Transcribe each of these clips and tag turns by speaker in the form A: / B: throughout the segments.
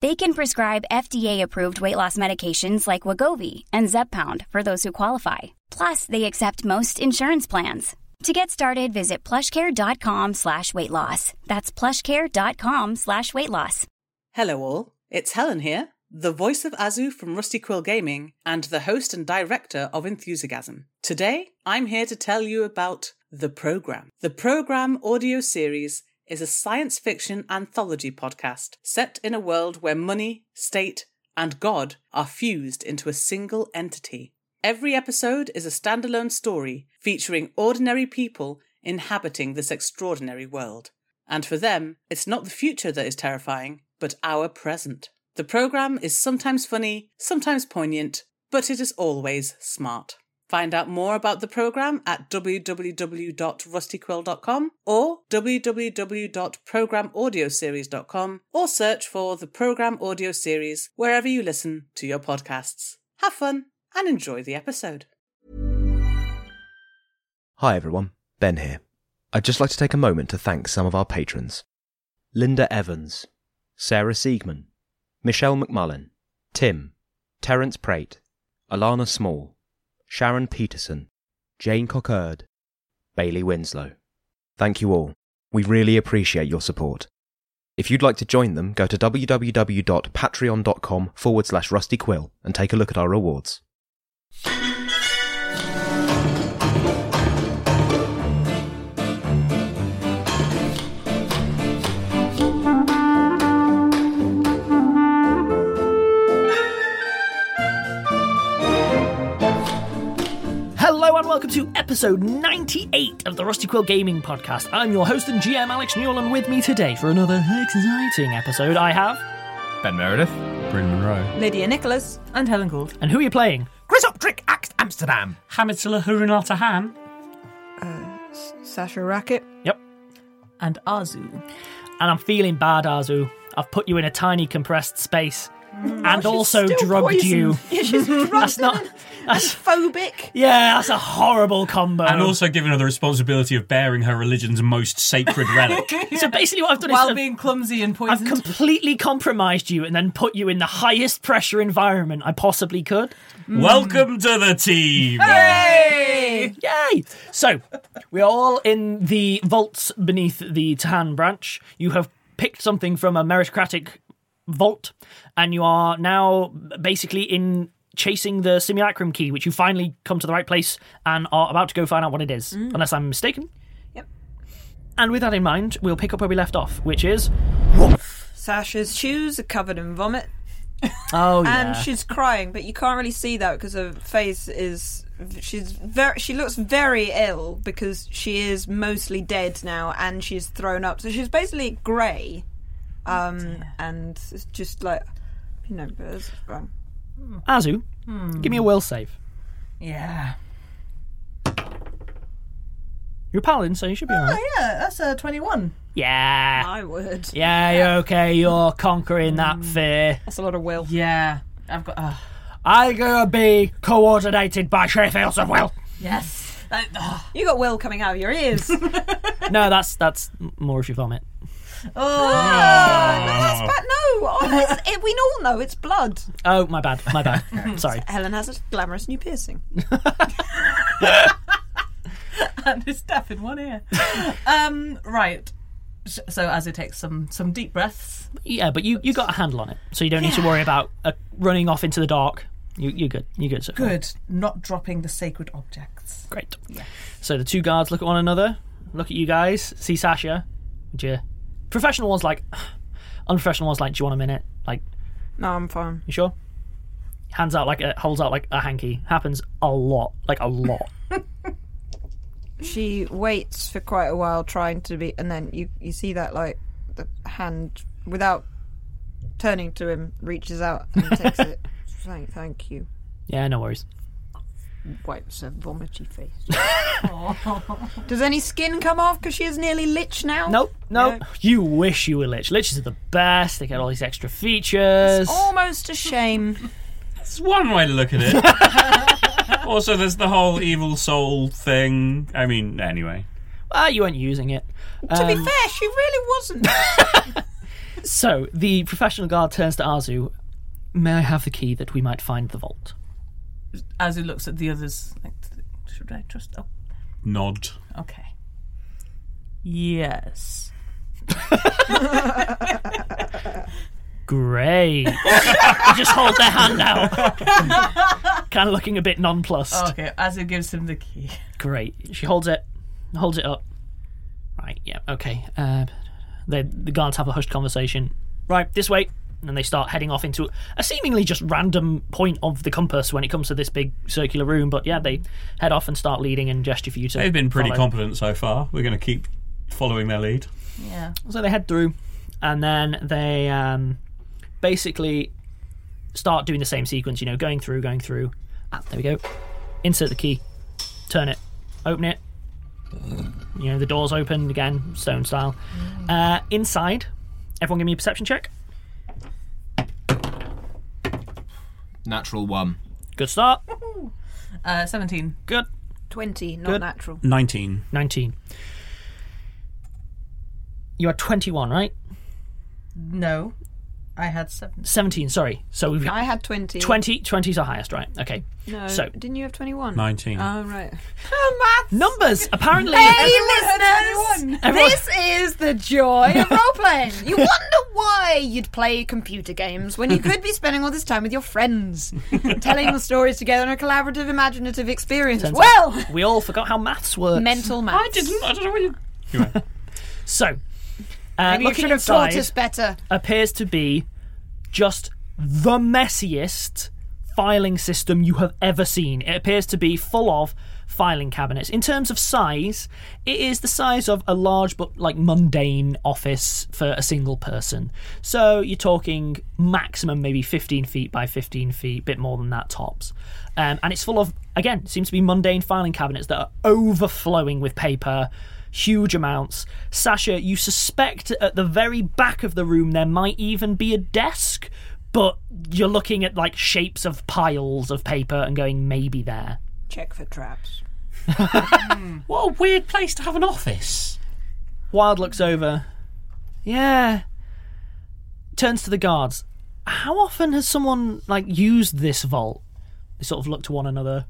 A: They can prescribe FDA-approved weight loss medications like Wagovi and Zepbound for those who qualify. Plus, they accept most insurance plans. To get started, visit plushcare.com slash weight loss. That's plushcare.com slash weight loss.
B: Hello, all. It's Helen here, the voice of Azu from Rusty Quill Gaming and the host and director of Enthusiasm. Today, I'm here to tell you about The Program. The Program audio series is a science fiction anthology podcast set in a world where money, state, and God are fused into a single entity. Every episode is a standalone story featuring ordinary people inhabiting this extraordinary world. And for them, it's not the future that is terrifying, but our present. The programme is sometimes funny, sometimes poignant, but it is always smart. Find out more about the programme at www.rustyquill.com or www.programaudioseries.com or search for the programme audio series wherever you listen to your podcasts. Have fun and enjoy the episode.
C: Hi everyone, Ben here. I'd just like to take a moment to thank some of our patrons Linda Evans, Sarah Siegman, Michelle McMullen, Tim, Terence Prate, Alana Small, Sharon Peterson, Jane Cockerd, Bailey Winslow. Thank you all. We really appreciate your support. If you'd like to join them, go to www.patreon.com forward slash rustyquill and take a look at our rewards.
D: Hello and welcome to episode 98 of the Rusty Quill Gaming Podcast. I'm your host and GM Alex Newell, and with me today for another exciting episode, I have.
E: Ben Meredith. Bryn Monroe.
F: Lydia Nicholas and Helen Gould.
D: And who are you playing?
G: Grisoptric Axe Amsterdam.
D: Hamitula Hurunata Han.
G: Uh,
F: Sasha Racket
D: Yep.
F: and Azu.
D: And I'm feeling bad, Azu. I've put you in a tiny compressed space and also
F: Mm, still
D: drugged you.
F: Yeah, she's
D: That's not. That's,
F: phobic.
D: yeah, that's a horrible combo.
E: And also given her the responsibility of bearing her religion's most sacred relic.
D: So basically, what I've done is.
F: While
D: I've-
F: being clumsy and
D: I've
F: poisoned.
D: completely compromised you and then put you in the highest pressure environment I possibly could.
E: Welcome to the team.
F: Hey!
D: Yay! So, we're all in the vaults beneath the Tahan branch. You have picked something from a meritocratic vault, and you are now basically in chasing the simulacrum key, which you finally come to the right place and are about to go find out what it is, unless I'm mistaken.
F: Yep.
D: And with that in mind, we'll pick up where we left off, which is.
F: Sasha's shoes are covered in vomit
D: Oh,
F: and she's crying, but you can't really see that because her face is. She's very. She looks very ill because she is mostly dead now, and she's thrown up. So she's basically grey.
H: Oh,
I: um, and it's just like you know, but it's um, fine.
D: Azu,
I: Hmm.
D: give me a will save.
H: Yeah.
D: You're a paladin, so you should be alright.
H: Oh, yeah, that's a 21.
D: Yeah.
I: I would.
D: Yeah, you're okay. You're conquering that fear.
I: That's a lot of will.
H: Yeah. I've got. Uh,
D: I'm gonna be coordinated by sheer force of will.
H: yes.
I: You got will coming out of your ears.
D: no, that's that's m- more if you vomit.
H: Oh.
I: Ah, Oh, no, that's bad. No, oh, it's- it, we all know it's blood.
D: Oh, my bad. My bad. Sorry.
I: Helen has a glamorous new piercing.
H: and his staff in one ear. um, right. S- So as he takes some some deep breaths.
D: Yeah, but you you got a handle on it, so you don't need to worry about uh, running off into the dark. You you're good. You're good. So far.
H: Good. Not dropping the sacred objects.
D: Great. So the two guards look at one another, look at you guys, see Sasha. Would you? Professional one's like, unprofessional one's like, do you want a minute? Like,
I: no, I'm fine.
D: You sure? Hands out like a holds out like a hanky. Happens a lot, like a lot.
I: She waits for quite a while, trying to be, and then you you see that like the hand without turning to him reaches out and takes it. Thank, thank you.
D: yeah, no worries.
I: Wipes her vomity face. Does any skin come off? Because she is nearly lich now.
D: Nope, nope. You wish you were lich. Liches are the best. They get all these extra features.
I: Almost a shame.
E: It's one way to look at it. also, there's the whole evil soul thing. I mean, anyway.
D: Ah, you weren't using it.
I: to be
D: Um,
I: fair, she really wasn't.
D: So the professional guard turns to Arzu. May I have the key that we might find the vault?
H: As he looks at the others, like, should I trust? Oh,
E: Nod.
H: okay. Yes.
D: Great. You just hold their hand out, kind of looking a bit nonplussed.
H: okay. As he gives him the key.
D: Great. She holds it, holds it up. Right. Yeah. Okay. Uh, they, the guards have a hushed conversation. Right. This way. And then they start heading off into a seemingly just random point of the compass when it comes to this big circular room. But yeah, they head off and start leading and gesture for you to.
E: They've been pretty
D: follow.
E: competent so far. We're going to keep following their lead.
H: Yeah.
D: So they head through, and then they um, basically start doing the same sequence. You know, going through, going through. Ah, there we go. Insert the key, turn it, open it. You know, the doors open again, stone style. Uh, inside, everyone, give me a perception check.
J: Natural one.
D: Good start.
H: Uh, Seventeen.
D: Good.
I: Twenty, not
D: Good.
I: natural.
E: 19.
D: 19. You are 21, right?
H: No, I had seven.
D: 17, sorry. So we've
I: I had twenty.
D: 20. 20 is our highest, right? Okay.
I: No,
D: So
I: didn't you have twenty-one?
E: 19.
I: Oh right. Oh, maths.
D: numbers apparently.
I: Hey, listeners!
D: Everyone-
I: This is the joy of role playing. You wonder why you'd play computer games when you could be spending all this time with your friends, telling the stories together in a collaborative, imaginative experience.
D: Turns
I: well,
D: out we all forgot how maths works.
I: mental maths. I didn't.
E: I don't know what you.
D: So, uh,
I: Maybe you
D: looking
I: should have taught
D: inside
I: us better.
D: appears to be just the messiest filing system you have ever seen. It appears to be full of filing cabinets. In terms of size, it is the size of a large but like mundane office for a single person. So you're talking maximum maybe 15 feet by 15 feet, bit more than that tops. Um, and it's full of again seems to be mundane filing cabinets that are overflowing with paper huge amounts. Sasha, you suspect at the very back of the room there might even be a desk, but you're looking at like shapes of piles of paper and going, maybe there.
I: Check for traps.
E: What a weird place to have an office.
D: Wild looks over. Yeah. Turns to the guards. How often has someone like used this vault? They sort of look to one another.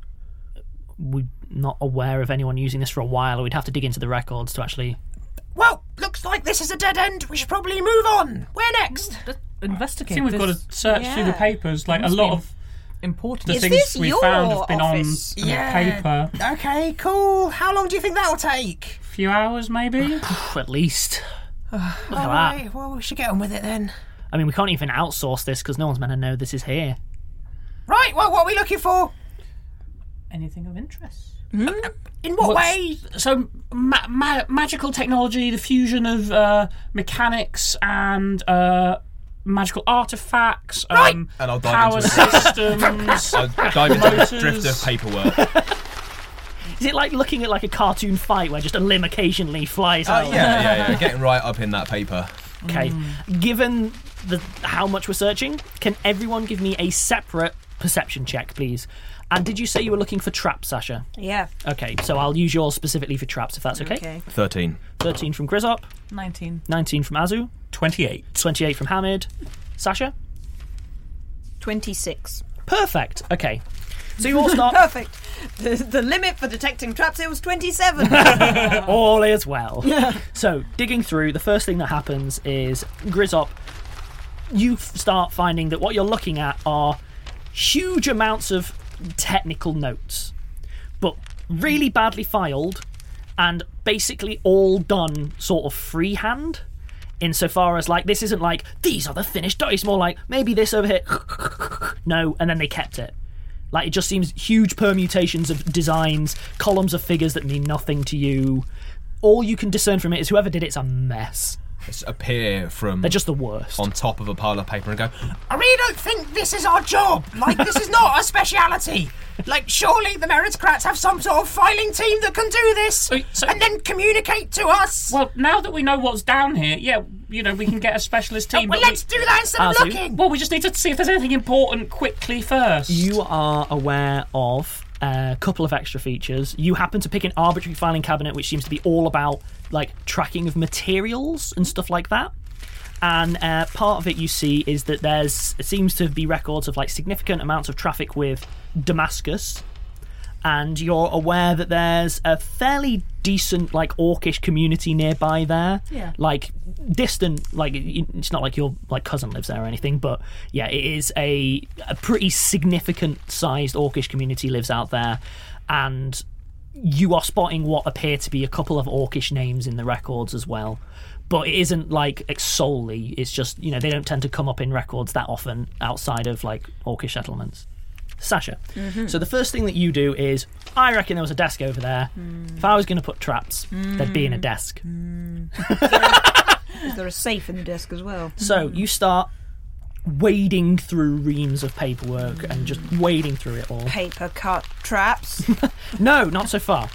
D: We're not aware of anyone using this for a while, or we'd have to dig into the records to actually
G: Well, looks like this is a dead end. We should probably move on. Where next?
E: I
H: Investigate.
E: think we've got to
H: this.
E: search through the
I: Yeah.
E: papers. Like, a
H: Must
E: lot
H: be
E: of the
H: important.
I: Is
E: things
I: this
E: we
I: your
E: found have been
I: office?
E: on kind of paper.
G: Okay, cool. How long do you think that'll take?
E: A few hours, maybe?
D: at least look at
G: All
D: that.
G: right. Well, we should get on with it then.
D: I mean, we can't even outsource this because no one's meant to know this is here.
G: Right. Well, what are we looking for?
H: Anything of interest?
G: Hmm?
F: Uh,
G: In what
F: What's-
G: way?
F: So, ma- ma- magical technology, the fusion of uh, mechanics and uh, magical artifacts,
G: Right.
F: um,
J: And I'll dive
F: power
J: into it.
F: systems.
J: I'll dive into the
F: motors.
J: drift of paperwork.
D: Is it like looking at like a cartoon fight where just a limb occasionally flies
J: Oh
D: out?
J: yeah, yeah, yeah. Getting right up in that paper.
D: Okay. Given the how much we're searching, can everyone give me a separate perception check, please? And did you say you were looking for traps, Sasha?
H: Yeah.
D: Okay, so I'll use yours specifically for traps, if that's okay.
H: Okay.
J: Thirteen.
D: 13 from Grizzop,
H: 19.
D: 19 from Azu, 28. 28 from Hamid. Sasha?
I: 26.
D: Perfect. Okay. So you all start.
I: Perfect. The, the limit for detecting traps here was 27.
D: all is well. so, digging through, the first thing that happens is Grizzop, you f- start finding that what you're looking at are huge amounts of technical notes, but really badly filed and basically all done sort of freehand. Insofar as, like, this isn't like, these are the finished dice, more like, maybe this over here, no, and then they kept it. Like it just seems huge permutations of designs, columns of figures that mean nothing to you. All you can discern from it is whoever did it's a mess.
J: Just appear from.
D: They're just the worst.
J: On top of a pile of paper and go.
G: I really don't think this is our job. Like, this is not our speciality. Like, surely the meritocrats have some sort of filing team that can do this and then communicate to us.
F: Well, now that we know what's down here, yeah, you know, we can get a specialist team.
G: Oh, well,
F: but we-
G: let's do that instead of
D: Azu?
G: looking.
F: Well, we just need to see if there's anything important quickly first.
D: You are aware of a couple of extra features. You happen to pick an arbitrary filing cabinet, which seems to be all about like tracking of materials and stuff like that. And uh, part of it you see is that there's it seems to be records of like significant amounts of traffic with Damascus, and you're aware that there's a fairly decent like orcish community nearby there
H: Yeah.
D: like distant like y- it's not like your like cousin lives there or anything but yeah it is a, a pretty significant sized orcish community lives out there and you are spotting what appear to be a couple of orcish names in the records as well but it isn't like ex- solely it's just you know they don't tend to come up in records that often outside of like orcish settlements Sasha.
F: Mm-hmm.
H: Mhm.
D: So the first thing that you do is, I reckon there was a desk over there. If I was going to put traps, there'd be in a desk.
I: is there a safe in the desk as well? Hmm.
D: So you start wading through reams of paperwork and just wading through it all.
I: Paper cut traps.
D: No, not so far.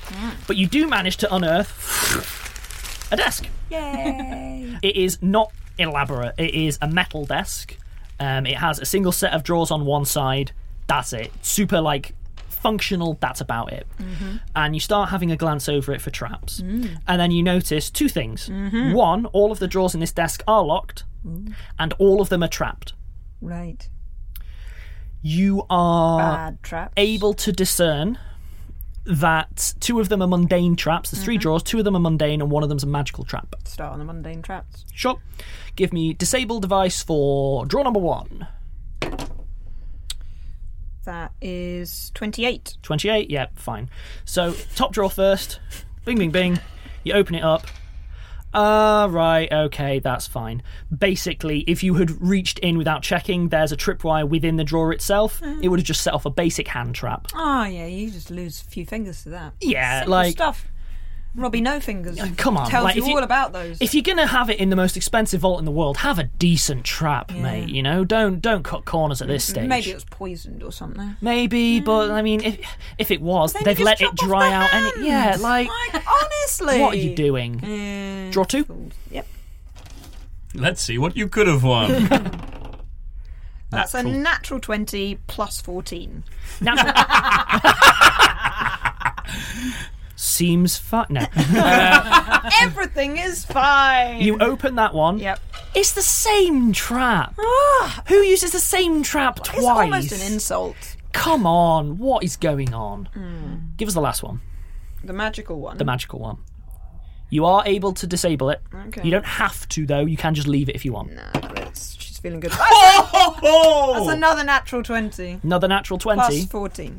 D: But you do manage to unearth a desk.
I: Yay!
D: It is not elaborate. It is a metal desk. Um, it has a single set of drawers on one side. That's it. Super like functional. That's about it.
G: Mm-hmm.
D: And you start having a glance over it for traps.
H: Mm.
D: And then you notice two things.
H: Mhm.
D: One, all of the drawers in this desk are locked, and all of them are trapped.
I: Right.
D: You are
I: Bad traps.
D: able to discern that two of them are mundane traps. There's
I: Mm-hmm.
D: three drawers, two of them are mundane, and one of them's a magical trap.
I: Start on the mundane traps.
D: Sure. Give me disable device for draw number one.
I: That is 28.
D: 28, yeah, fine. So, top drawer first. Bing, bing, bing. You open it up. Ah, right, okay, that's fine. Basically, if you had reached in without checking, there's a tripwire within the drawer itself.
I: Mm-hmm.
D: It would have just set off a basic hand trap.
I: Oh, yeah, you just lose a few fingers to that.
D: Yeah,
I: Simple
D: like- Uh,
I: stuff. Robbie No Fingers.
D: Come on,
I: Tells
D: like,
I: you
D: if you-
I: all about those.
D: If you're gonna have it in the most expensive vault in the world, have a decent trap, mate. You know, don't don't cut corners at this stage.
I: Maybe it was poisoned or something.
D: Maybe, but I mean, if if it was,
I: Then you
D: they've
I: just
D: let
I: chop
D: it
I: off
D: dry
I: the
D: out. And it, yeah,
I: hands.
D: like,
I: Hmm. honestly,
D: what are you doing?
I: Mm,
D: Draw two.
I: Yep.
F: Let's see what you could have won.
I: That's a
F: Natural.
I: natural 20 plus 14.
D: Seems fun. No. Uh,
I: Everything is fine.
D: You open that one.
I: Yep. Ah.
D: It's the same trap. Who uses the same trap twice?
I: It's almost an insult.
D: Come on, what is going on?
I: Mm.
D: Give us the last one,
I: Hmm, The magical one.
D: the magical one. You are able to disable it.
I: Okay.
D: You don't have to though. You can just leave it if you want.
I: Nah, that's, she's feeling good.
D: Oh!
I: That's another natural 20.
D: Another natural
I: Plus
D: twenty.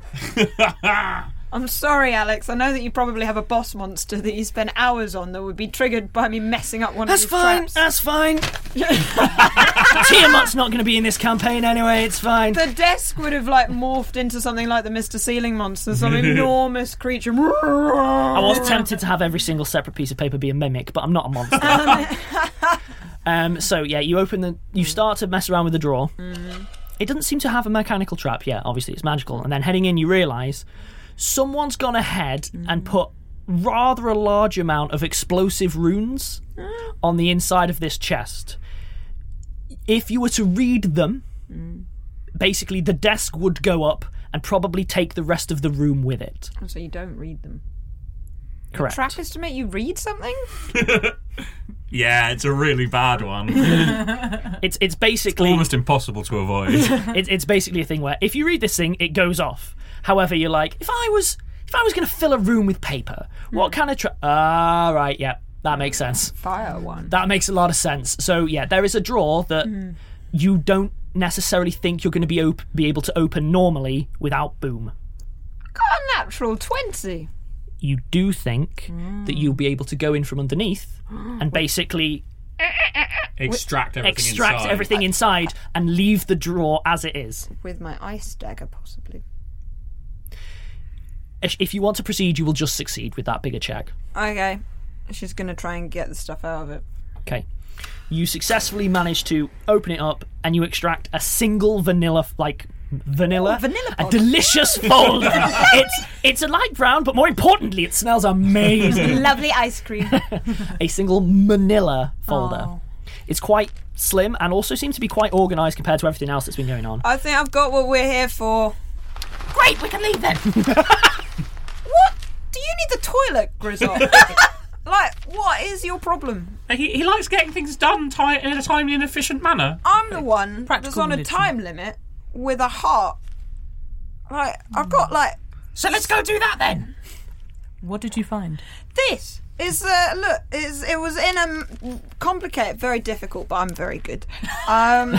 D: Ah!
I: 14. I'm sorry, Alex. I know that you probably have a boss monster that you spend hours on that would be triggered by me messing up one
D: That's
I: of these
D: fine.
I: traps.
D: That's fine. Tiamat's not going to be in this campaign anyway. It's fine.
I: The desk would have like morphed into something like the Mr. Ceiling Monster, some enormous creature. I
D: I was tempted to have every single separate piece of paper be a mimic, but I'm not a monster. um, so yeah, you open the, you start to mess around with the drawer.
H: Mm.
D: It doesn't seem to have a mechanical trap yet. Obviously, it's magical. And then heading in, you realise someone's gone ahead and put rather a large amount of explosive runes on the inside of this chest. If you were to read them, basically the desk would go up and probably take the rest of the room with it.
I: So you don't read them.
D: Correct.
I: The trap is to make you read something.
E: Yeah, it's a really bad one.
D: it's it's basically
E: almost impossible to avoid.
D: it, it's basically a thing where if you read this thing, it goes off. However, you're like, if I was if I was going to fill a room with paper, what kind of trap? Ah, right, yeah, that makes sense.
I: Fire one.
D: That makes a lot of sense. So yeah, there is a drawer that
I: Mhm.
D: you don't necessarily think you're going to be op- be able to open normally without boom.
I: Got a natural twenty.
D: You do think that you'll be able to go in from underneath
I: Mm.
D: and basically
E: Extract everything
D: extract
E: inside.
D: everything inside and leave the drawer as it is.
I: With my ice dagger, possibly.
D: If if you want to proceed, you will just succeed with that bigger check.
I: Okay. She's gonna try and get the stuff out of it.
D: Okay. You successfully manage to open it up and you extract a single vanilla, like vanilla, vanilla a delicious fold. it's it's a light brown, but more importantly, it smells amazing.
I: Lovely ice cream.
D: a single manila folder. It's quite slim and also seems to be quite organized compared to everything else that's been going on.
I: I think I've got what we're here for. Great, we can leave then. what? Do you need the toilet, Grizzle? like, what is your problem?
F: He, he likes getting things done ti- in a timely and efficient manner.
I: I'm the one that's
F: practical
I: on a
F: religion.
I: time limit with a heart. Like, I've got like. So let's go do that then.
H: What did you find?
I: This is uh, look. Is it was in a m- complicated, very difficult, but I'm very good. Um.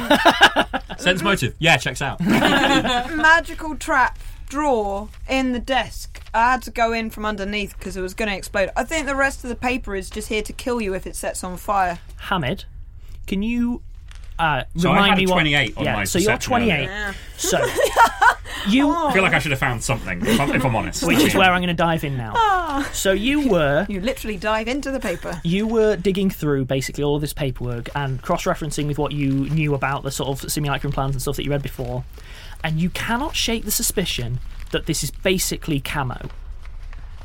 E: Sense motive. Yeah, checks out.
I: magical trap drawer in the desk. I had to go in from underneath because it was going to explode. I think the rest of the paper is just here to kill you if it sets on fire.
D: Hamid, can you uh,
E: So I
D: remind
E: had a
D: me what?
E: 28 on
D: yeah,
E: my
D: so you're
E: perception earlier.
D: 28.
E: Yeah.
D: So you
I: Oh.
E: I feel like I should have found something, if I'm, if I'm honest.
D: which is where I'm going to dive in now.
I: Ah.
D: So you were
I: You literally dive into the paper.
D: you were digging through basically all this paperwork and cross-referencing with what you knew about the sort of simulacrum plans and stuff that you read before, and you cannot shake the suspicion that this is basically camo.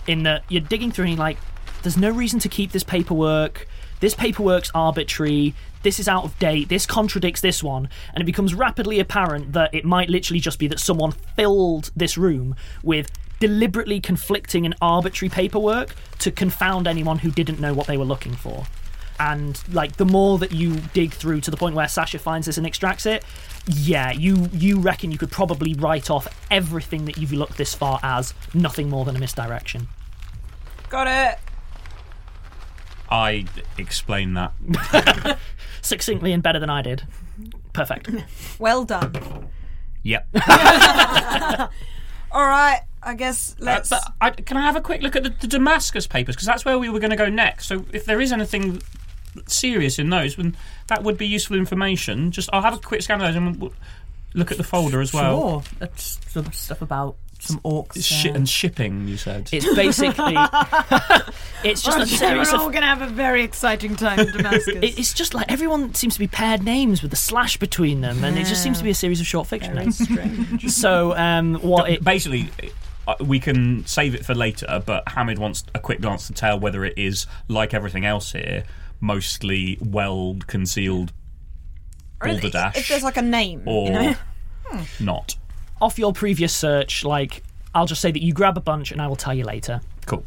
D: In that you're digging through and you're like, there's no reason to keep this paperwork. This paperwork's arbitrary. This is out of date. This contradicts this one, and it becomes rapidly apparent that it might literally just be that someone filled this room with deliberately conflicting and arbitrary paperwork to confound anyone who didn't know what they were looking for. And like the more that you dig through to the point where Sasha finds this and extracts it, yeah, you you reckon you could probably write off everything that you've looked this far as nothing more than a misdirection.
I: Got it.
E: I explain that.
D: Succinctly and better than I did. Perfect.
I: Well done.
E: Yep.
I: All right. I guess
F: Uh,
I: let's.
F: but I, can I have a quick look at the, the Damascus papers? Because that's where we were going to go next. So if there is anything serious in those, then that would be useful information. Just I'll have a quick scan of those and we'll look at the folder as well.
H: Sure. That's some stuff about some orcs. uh,
F: Shi- and shipping, you said.
D: It's basically it's just
I: I'm
D: a
I: sure
D: series
I: Oh, we're
D: of-
I: all going to have a very exciting time in Damascus.
D: It- it's just like everyone seems to be paired names with a slash between them, and it just seems to be a series of short fiction names. So, um, what it
E: Basically, uh, we can save it for later, but Hamid wants a quick glance to tell whether it is, like everything else here, mostly well concealed
I: Or if-
E: balderdash.
I: if there's like a name, you
E: Or Hmm.
I: know?
E: not.
D: off your previous search, like I'll just say that you grab a bunch, and I will tell you later.
E: Cool.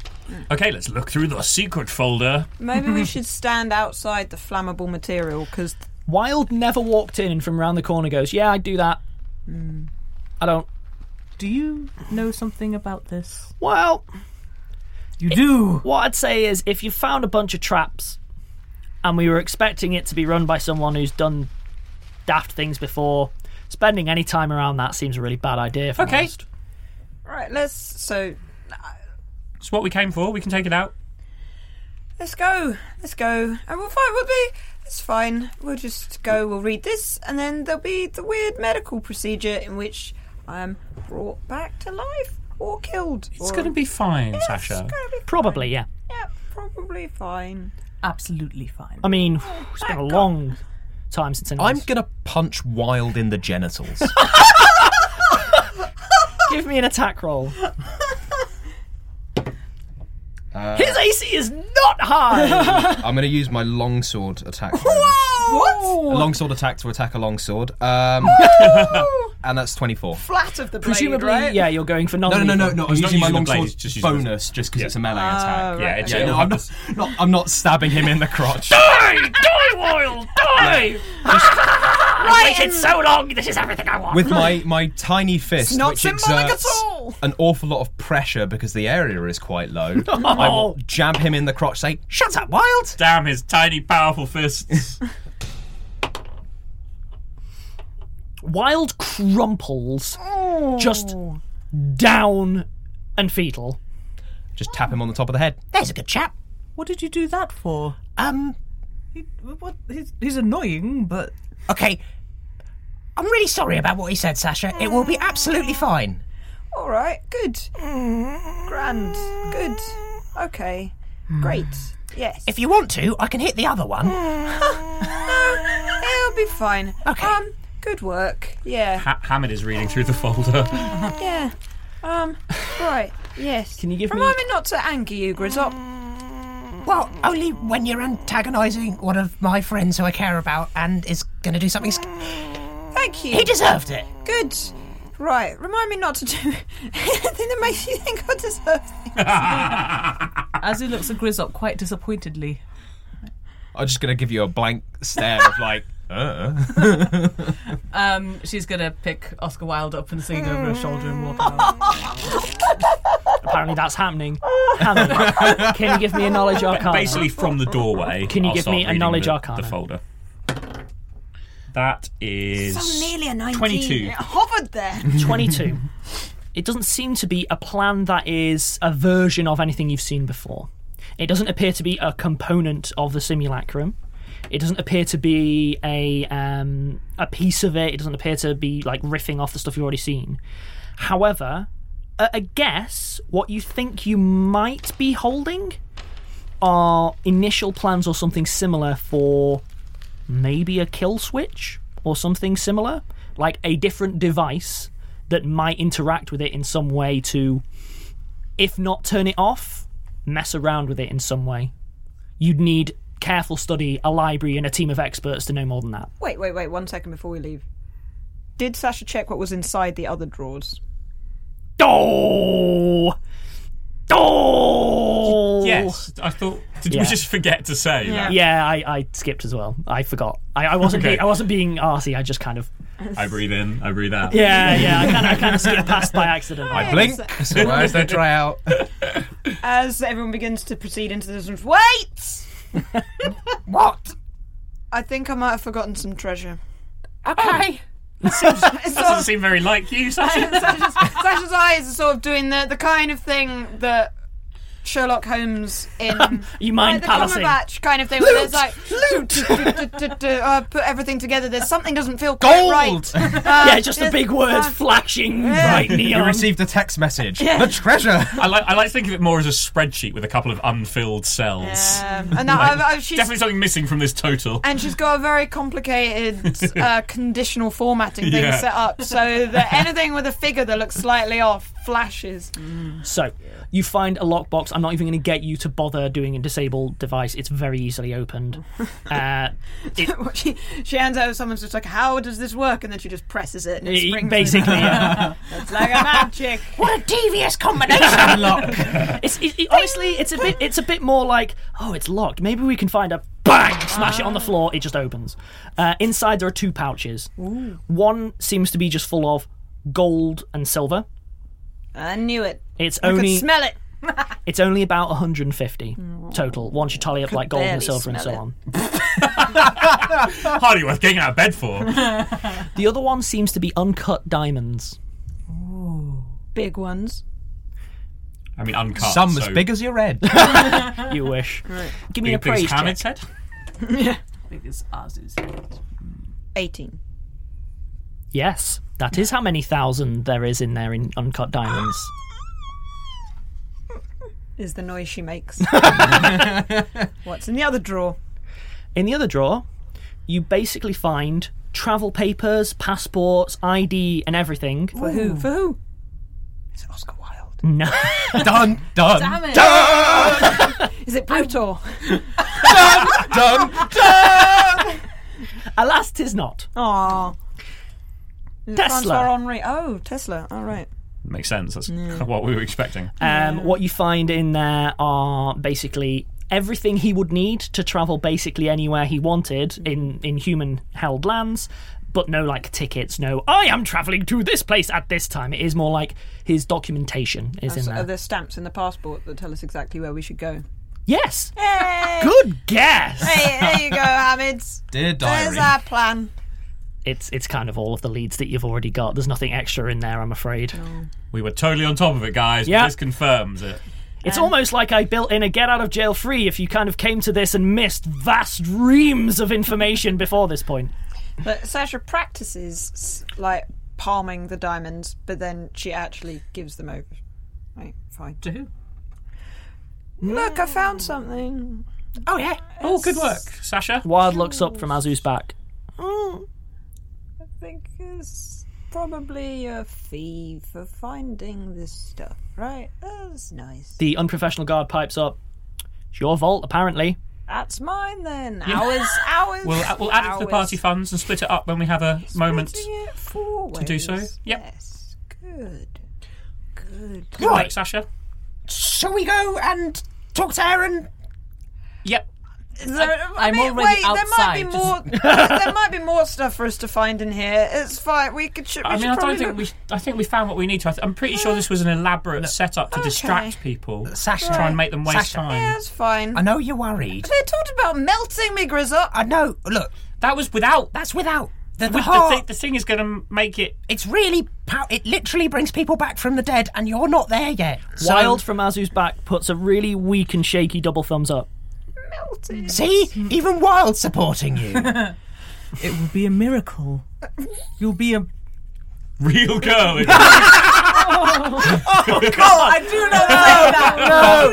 E: Okay, let's look through the secret folder.
I: Maybe we should stand outside the flammable material because
D: Wild never walked in and from around the corner goes, "Yeah, I do that. I don't."
H: Hmm. Do you know something about this?
D: Well,
H: you do.
D: What I'd say is, if you found a bunch of traps, and we were expecting it to be run by someone who's done daft things before, spending any time around that seems a really bad idea. For
F: Okay.
I: right, let's. So
F: It's what we came for. We can take it out.
I: Let's go. Let's go. And we'll fine. We'll be. It's fine. We'll just go. We'll read this, and then there'll be the weird medical procedure in which I am brought back to life or killed.
E: It's going to be fine, Sasha.
D: Probably, yeah.
I: probably fine.
H: Absolutely fine.
D: I mean, it's been a long time since anyone.
J: I'm gonna punch wild in the genitals.
D: Give me an attack roll.
J: Uh,
D: His AC is not high.
J: I'm gonna use my longsword attack.
D: what?
J: Longsword attack to attack a longsword. Um, and that's 24.
F: Flat of the blade,
D: Presumably,
F: right?
D: yeah, you're going for
J: No,
D: non.
J: no, no, no, no. I'm
E: He's not
J: using my
E: using the blade,
J: longsword
E: he's just using the-
J: bonus just because it's a melee
D: Oh,
E: Ah,
J: attack.
E: right, Yeah, it's-
J: yeah,
E: it'll
J: no,
E: have
J: I'm, not, not, I'm not stabbing him in the crotch.
D: Die, die, wild, die!
H: I
D: waited so long. This is everything I want.
J: With my, my tiny fist,
D: It's not
J: which
D: symbolic at
J: exerts an awful lot of pressure because the area is quite low, I will jab him in the crotch, say, Shut up, Wild!
E: Damn his tiny, powerful fists.
D: Wild crumples just down and fetal.
J: Just tap him on the top of the head.
H: There's a good chap. What did you do that for?
G: Um,
H: he, what? He's, he's annoying, but
G: Okay. I'm really sorry about what he said, Sasha. It will be absolutely fine.
I: All right. Good. Grand. Good. Okay. Great. Yes.
G: If you want to, I can hit the other one.
I: no, it'll be fine. Okay. Um, good work. Yeah.
E: ha- Hamid is reading through the folder.
I: Yeah. Um, right. Yes. Can
D: you give
I: Remind me, not to anger you, Grizzop.
G: Well, only when you're antagonising one of my friends who I care about and is going to do something. Sc-
I: Thank you.
G: He deserved it.
I: Good. Right. Remind me not to do anything that makes you think I deserve
H: Azu looks at Grizzop quite disappointedly.
J: I'm just going to give you a blank stare of like, uh.
H: Um, she's gonna pick Oscar Wilde up and sing over her shoulder and walk out.
D: Apparently, that's happening. Hammond, can you give me a knowledge arcana?
E: Basically, from the doorway.
D: Can you
E: I'll
D: give
E: start
D: me a
E: reading
D: knowledge
E: the,
D: arcana?
E: The folder. That is
I: nearly a
E: 19. 22. It
I: hovered there.
D: 22. It doesn't seem to be a plan that is a version of anything you've seen before. It doesn't appear to be a component of the simulacrum. It doesn't appear to be a um, a piece of it. It doesn't appear to be like riffing off the stuff you've already seen. However, a, a guess what you think you might be holding are initial plans or something similar for maybe a kill switch or something similar, like a different device that might interact with it in some way to, if not turn it off, mess around with it in some way. You'd need careful study, a library, and a team of experts to know more than that.
I: Wait, wait, wait. One second before we leave. Did Sasha check what was inside the other drawers?
D: Oh! Oh!
E: Yes, I thought. Did
D: Yeah.
E: we just forget to say
D: Yeah,
E: that?
D: I, I skipped as well. I forgot. I, I wasn't.
E: Okay.
D: Being, I wasn't being arsy. I just kind of.
E: I breathe in, I breathe out.
D: Yeah, yeah. I kind of, I kind of skipped past by accident.
E: I blink,
J: so where's the tryout?
I: As everyone begins to proceed into this room, wait.
G: what?
I: I think I might have forgotten some treasure.
G: Okay.
E: That doesn't seem very like you, Sasha.
I: Sasha's, Sasha's eyes are sort of doing the, the kind of thing that Sherlock Holmes in
D: You mind
I: like the
D: palacing?
I: Cumberbatch kind of thing. Where there's like loot, uh, put everything together. There's something doesn't feel quite
J: Gold!
I: right.
D: yeah, just a
I: yes,
D: big word
I: uh,
D: flashing
I: yeah.
D: bright
J: You
D: neon.
J: received a text message.
I: Yeah.
J: The treasure!
E: I like, I like to think of it more as a spreadsheet with a couple of unfilled cells.
I: Um, and that, I've, I've, she's
E: Definitely something missing from this total.
I: and she's got a very complicated uh, conditional formatting thing
E: Yeah.
I: set up so that anything with a figure that looks slightly off flashes.
D: So, you find a lockbox. I'm not even going to get you to bother doing a disabled device. It's very easily opened. Uh,
I: she, she hands over someone's just like, how does this work? And then she just presses it. And it
D: it-
I: springs
D: basically, uh, yeah.
I: it's like a magic.
G: What a devious combination!
D: it's it, it- honestly, it's a bit, it's a bit more like, oh, it's locked. Maybe we can find a bang, smash it
I: Ah.
D: on the floor. It just opens. Uh, inside there are two pouches. One seems to be just full of gold and silver.
I: I knew it.
D: It's
I: I
D: only
I: could smell it.
D: It's only about 150 total once you tally up like gold and
I: barely
D: silver and so
I: smell
D: on.
E: Hardly worth getting out of bed for.
D: The other one seems to be uncut diamonds.
I: Big ones.
E: I mean, uncut.
J: Some
E: so
J: as big as your head.
D: you wish.
E: Right.
D: Give me
E: Big-
D: a
E: big as
D: praise
E: Hamid's
D: check.
H: yeah. Because ours is.
I: 18.
D: Yes, that is how many thousand there is in there in uncut diamonds.
I: Is the noise she makes. What's in the other drawer?
D: In the other drawer, you basically find travel papers, passports, ID, and everything.
I: For who? For who?
D: No.
J: done. Done.
I: Damn it. Is it Pluto?
D: done. Done. Done. Alas, tis not.
I: Aw. Is it
D: Tesla.
I: Francois Henri. Oh, Tesla. All right.
E: Makes sense. That's what we were expecting.
D: Um, What you find in there are basically everything he would need to travel basically anywhere he wanted in, in human held lands, but no like tickets, no, I am traveling to this place at this time. It is more like his documentation is
I: That's-
D: in
I: Are
D: there.
I: there stamps in the passport that tell us exactly where we should go?
D: Yes!
I: Hey!
D: Good guess!
I: Hey, there you go, Hamid.
D: Dear
I: There's our plan.
D: It's, it's kind of all of the leads that you've already got. There's nothing extra in there, I'm afraid.
K: We were totally on top of it, guys.
D: Yeah.
K: But this confirms it.
D: It's almost like I built in a get out of jail free if you kind of came to this and missed vast reams of information before this point.
I: But Sasha practices s- like palming the diamonds, but then she actually gives them over. Right, fine.
E: To who?
I: Look, I found something.
D: Oh
K: Eh,
D: yeah.
E: Oh, good work, Sasha.
D: Wild looks up from Azu's back.
I: Mm. I think it's probably a fee for finding this stuff, right? That's nice.
D: The unprofessional guard pipes up. It's your vault, apparently.
I: That's mine then.
D: Yeah.
I: Hours, hours.
K: We'll, we'll add it to the
I: hours.
K: party funds and split it up when we have a moment
I: Four
K: to do so.
I: ways.
K: Yep.
I: Yes, good. Good.
K: Good work, Sasha.
G: Shall we go and talk to Aaron?
E: Yep.
I: There,
H: I'm
I: I mean,
H: already
I: wait,
H: outside,
I: There might be
H: just-
I: more. there might be more stuff for us to find in here. It's fine. We could. Should, we
K: I mean,
I: should
K: I don't
I: probably
K: think
I: look-
K: we. I think we found what we need to. I th- I'm pretty sure this was an elaborate setup to distract people,
J: Uh, Sasha.
K: try and make them waste
J: Sasha.
K: time.
I: Yeah, it's fine.
J: I know you're worried.
I: They talked about melting me, Grizzle.
J: I know. Look,
K: that was without.
J: That's without. The, the
K: With the,
J: heart.
K: thi- the thing is going to make it.
J: it's really. Pow- it literally brings people back from the dead, and you're not there yet. So-
D: Wild from Azu's back puts a really weak and shaky double thumbs up.
J: See, even Wild supporting you.
L: It will be a miracle. You'll be a
K: real girl.
G: oh, God, I do not know that.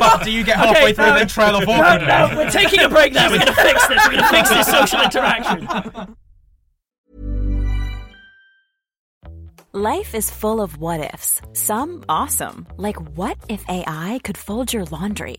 J: After you get halfway through the trail of awkwardness.
D: No, no, we're taking a break now. We're going to fix this. We're going to fix this social interaction.
M: Life is full of what ifs. Some awesome, like what if AI could fold your laundry?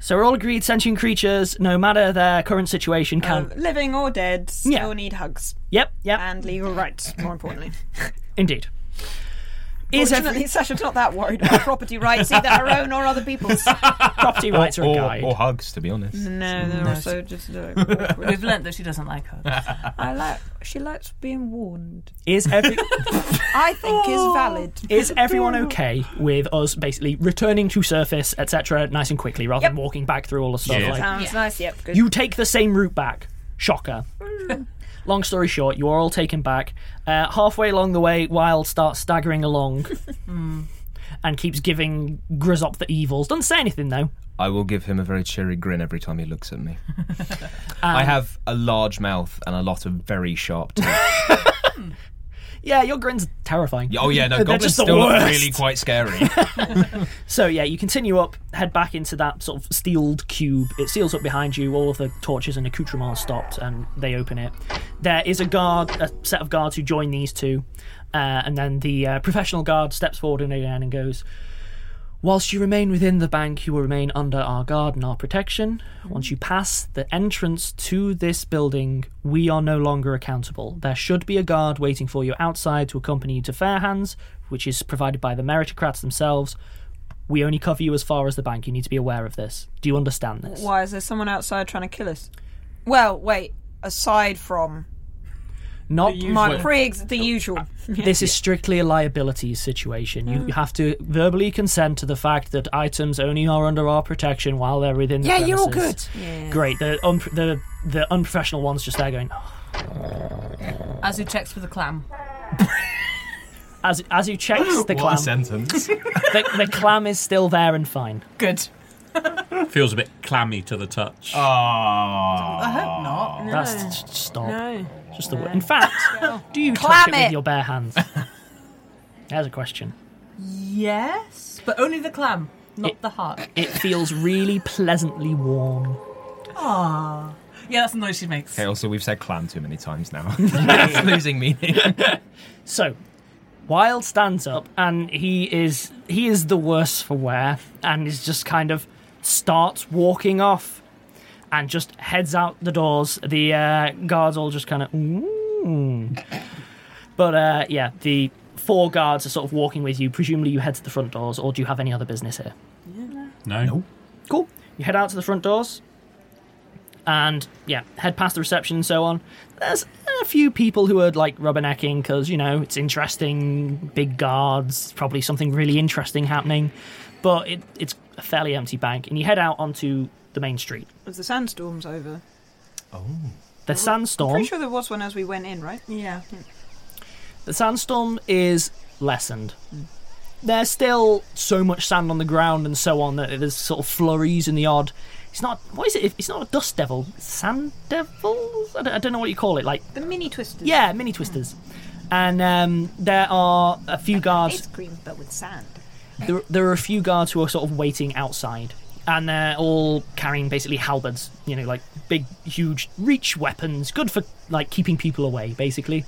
D: So we're all agreed sentient creatures, no matter their current situation, can
L: Uh,
I: Um, living or dead, still
D: Yeah.
I: need hugs.
D: Yep, yep.
I: And legal rights, more importantly.
D: Indeed. Is every-
I: Fortunately, Sasha's not that worried about property rights, either her own or other people's.
D: property rights are a
J: or,
D: guide.
J: or hugs, to be honest. Mm.
I: No, they're
J: No.
I: also just. Uh,
H: We've learnt that she doesn't like hugs.
I: I like. She likes being warned.
D: Is every
I: I think is valid.
D: Is everyone okay with us basically returning to surface, etc., nice and quickly, rather than walking back through all the stuff?
I: Yeah.
D: Like,
I: Sounds nice. Yep. Good.
D: You take the same route back. Shocker. Long story short, you are all taken back. Uh, halfway along the way, Wild starts staggering along and keeps giving Grizzop the evils. Doesn't say anything though.
J: I will give him a very cheery grin every time he looks at me. I have a large mouth and a lot of very sharp teeth.
D: Yeah, your grin's terrifying.
J: oh yeah, no,
D: They're
J: goblins
D: just the
J: still look
D: worst.
J: really quite scary.
D: So yeah, you continue up, head back into that sort of sealed cube. It seals up behind you. All of the torches and accoutrements stopped, and they open it. There is a guard, a set of guards who join these two, uh, and then the uh, professional guard steps forward and again and goes. Whilst you remain within the bank, you will remain under our guard and our protection. Once you pass the entrance to this building, we are no longer accountable. There should be a guard waiting for you outside to accompany you to Fair Hands, which is provided by the meritocrats themselves. We only cover you as far as the bank. You need to be aware of this. Do you understand this?
I: Why is there someone outside trying to kill us? Well, wait. Aside from
D: Not
I: my prigs, the usual.
D: This is strictly a liabilities situation. You
I: Mm.
D: have to verbally consent to the fact that items only are under our protection while they're within the
I: Yeah, you're all
D: premises.
I: good. Yeah.
D: Great. The, un- the the unprofessional one's just there going.
H: As who checks for the clam.
D: As as you checks the
H: What a
D: clam,
J: sentence.
D: the, the clam is still there and fine.
H: Good.
K: Feels a bit clammy to the touch.
J: Oh.
H: I hope not.
D: That's just stop. Just the word. In fact, do you
H: Clam
D: touch it, with
H: it.
D: your bare hands? There's a question.
H: Yes, but only the clam, not the heart.
D: It feels really pleasantly warm.
H: Ah. Yeah, that's the noise she makes.
J: okay, also we've said clam too many times now. it's losing meaning.
D: So, Wild stands up and he is he is the worse for wear and is just kind of starts walking off and just heads out the doors. The uh, guards all just kind of ooh. But uh, yeah, the four guards are sort of walking with you. Presumably you head to the front doors or do you have any other business here?
K: No.
D: Cool. You head out to the front doors and yeah, head past the reception and so on. There's a few people who are like rubbernecking because, you know, it's interesting, big guards, probably something really interesting happening. But it, it's a fairly empty bank. And you head out onto the main street.
I: As the sandstorm's over.
D: The
I: I'm
D: sandstorm.
I: pretty sure there was one as we went in, right? Yeah.
D: The sandstorm is lessened. There's still so much sand on the ground and so on that there's sort of flurries and the odd. It's not. What is it? It's not a dust devil. Sand devils? I don't, I don't know what you call it. Like
I: The mini twisters.
D: yeah, mini twisters. And um, there are a few guards.
I: cream, but with sand.
D: There, there are a few guards who are sort of waiting outside, and they're all carrying basically halberds. You know, like big, huge reach weapons, good for like keeping people away, basically.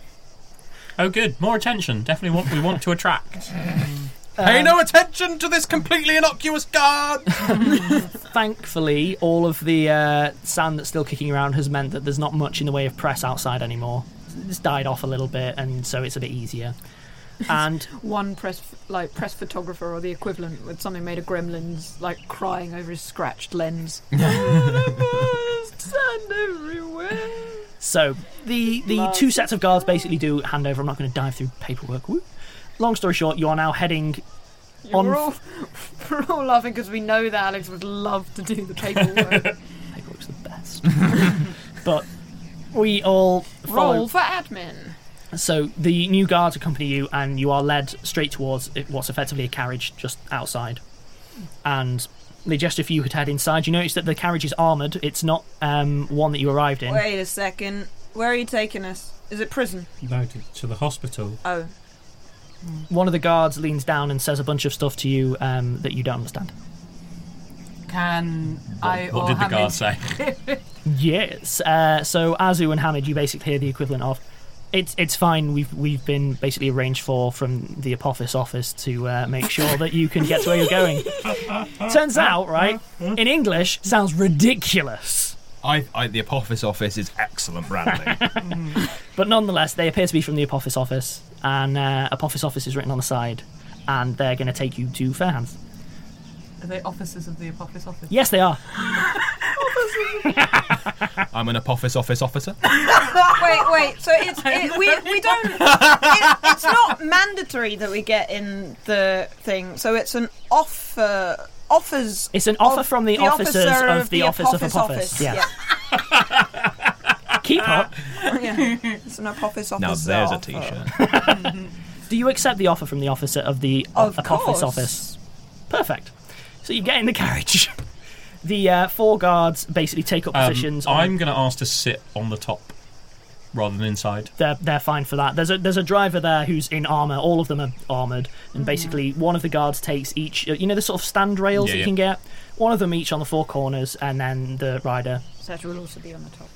K: Oh, good. More attention. Definitely what we want to attract.
J: Pay no attention to this completely innocuous guard.
D: Thankfully, all of the uh, sand that's still kicking around has meant that there's not much in the way of press outside anymore. It's died off a little bit, and so it's a bit easier. And
F: One press, like press photographer or the equivalent, with something made of gremlins, like crying over his scratched lens.
I: Sand everywhere.
D: So the the
I: Love.
D: two sets of guards basically do hand over. I'm not going to dive through paperwork. Woo. Long story short, you are now heading on
F: We're all, we're all laughing because we know that Alex would love to do the paperwork.
D: paperwork's the best, but we all follow.
F: Roll for admin.
D: So the new guards accompany you, and you are led straight towards it- what's effectively a carriage just outside. And they gesture for you to head inside. You notice that the carriage is armored. It's not um, one that you arrived in.
I: Wait a second. Where are you taking us? Is it prison?
K: no, to, to the hospital.
I: Oh.
D: One of the guards leans down and says a bunch of stuff to you um, that you don't understand.
H: Can I
D: what
H: or
D: did the
H: Hamid-
D: guard say? Yes. Uh, so Azu and Hamid, you basically hear the equivalent of, "It's it's fine. We've we've been basically arranged for from the Apophis office to uh, make sure that you can get to where you're going." Turns
I: Uh,
D: out, right? In English, sounds ridiculous,
J: I, I, the Apophis office is excellent branding.
D: but nonetheless, they appear to be from the Apophis office, and uh, Apophis office is written on the side, and they're going to take you to Fairhands.
H: Are they officers of the Apophis office?
D: Yes, they are.
J: I'm an Apophis office officer.
I: wait, wait. So it's it, we we don't. It, it's not man mandatory that we get in the thing. So it's an offer. Offers.
D: It's an offer
I: of
D: from the officers
I: officer
D: of the office of
I: Apophis office.
D: Apophis, yeah.
I: yeah.
D: Keep up.
I: yeah. It's an Apophis officer.
D: Now there's a
I: offer.
D: Do you accept the offer from the officer of the
I: Of
D: Apophis
I: course.
D: office? Perfect. So you get in the carriage. The uh, four guards basically take up
K: Um,
D: positions. on-
K: I'm going to ask to sit on the top rather than inside.
D: they're they're fine for that. There's a there's a driver there who's in armor. All of them are armored, and
I: Mm.
D: basically one of the guards takes each. uh, You know the sort of stand rails
F: Yeah,
D: that you
F: yeah.
D: can get. One of them each on the four corners, and then the rider.
F: Satch will also be on the top.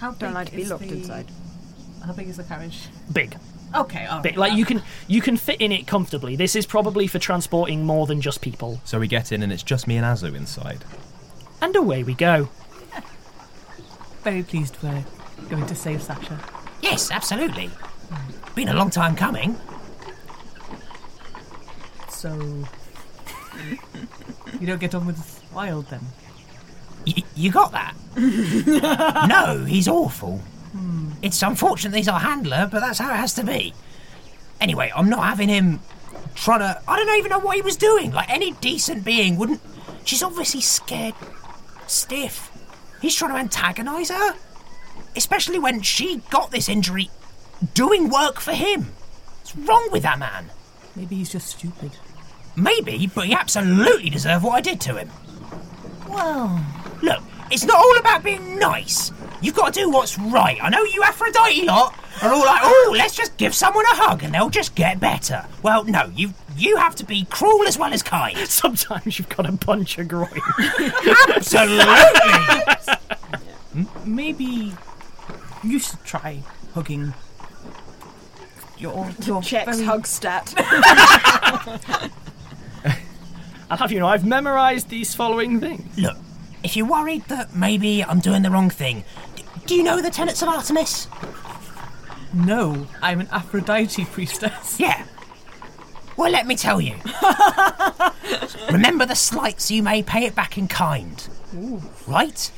H: How
F: Don't
H: big
F: like to be
H: is
F: locked
H: the-
F: inside.
H: How big is the carriage?
D: Big.
H: Okay,
I: Oh,
H: all right.
D: Big. Like you can you can fit in it comfortably. This is probably for transporting more than just people.
J: So we get in, and it's just me and Azu inside.
D: And away we go.
H: Very pleased we're going to save Sasha.
G: Yes, absolutely. Been a long time coming.
H: So you don't get on with Wild then?
G: Y- you got that? no, he's awful.
I: Hmm.
G: It's unfortunate that he's our handler, but that's how it has to be. Anyway, I'm not having him trying to. I don't even know what he was doing. Like, any decent being wouldn't. She's obviously scared stiff. He's trying to antagonise her. Especially when she got this injury doing work for him. What's wrong with that man?
H: Maybe he's just stupid.
G: Maybe, but he absolutely deserved what I did to him.
H: Well,
G: Look, it's not all about being nice. You've got to do what's right. I know you Aphrodite lot are all like, oh, let's just give someone a hug and they'll just get better. Well, no, you you have to be cruel as well as kind.
D: Sometimes you've got to punch a groin.
G: Absolutely.
H: M- maybe you should try hugging your your
I: Checks hug stat.
D: I'll have you know, I've memorised these following things.
G: Look, if you're worried that maybe I'm doing the wrong thing, d- do you know the tenets of Artemis?
H: No, I'm an Aphrodite priestess.
G: Yeah. Well, let me tell you. Remember the slights you may pay it back in kind. Right?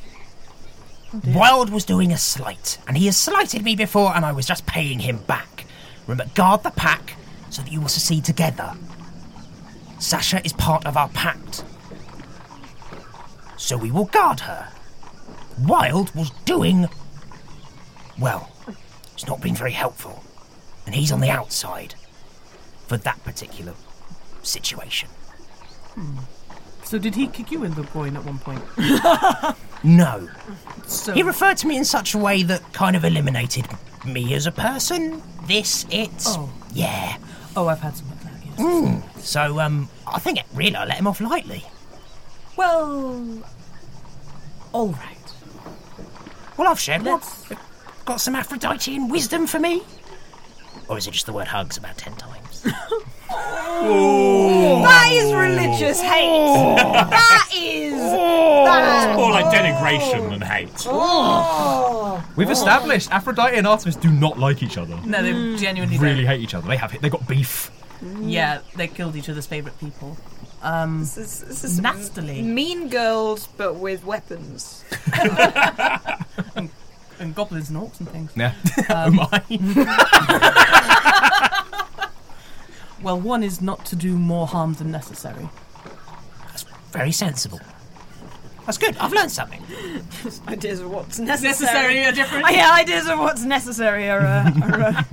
G: Wild was doing a slight, and he has slighted me before, and I was just paying him back. Remember, guard the pack so that you will succeed together. Sasha is part of our pact. So we will guard her. Wild was doing. Well, it's not been very helpful, and he's on the outside for that particular situation.
H: Hmm. So did he kick you in the groin at one point?
G: No.
H: So
G: He referred to me in such a way that kind of eliminated me as a person. This, it.
H: Oh.
G: Yeah.
H: Oh, I've had some of that.
G: Mm. So, um, I think it really I let him off lightly.
H: Well, all right.
G: Well, I've shared what? Got some Aphroditean wisdom for me? Or is it just the word hugs about ten times?
I: That is religious hate. that is.
K: It's
I: That.
K: more like Oh, denigration than hate.
I: Oh.
J: We've established Aphrodite and Artemis do not like each other.
H: No, they
K: Mm.
H: genuinely
J: really hate each other. They have they got beef.
H: Yeah, they killed each other's favourite people. Um, this
I: is, this is
H: nastily.
I: Mean girls, but with weapons.
H: and goblins and orcs and things. Um,
J: Yeah.
H: oh my. well, one is not to do more harm than necessary.
G: Very sensible. That's good. I've learned something.
I: ideas of what's
H: Necessary
I: necessary
H: are different.
I: Oh, yeah, ideas of what's necessary are, uh, are uh,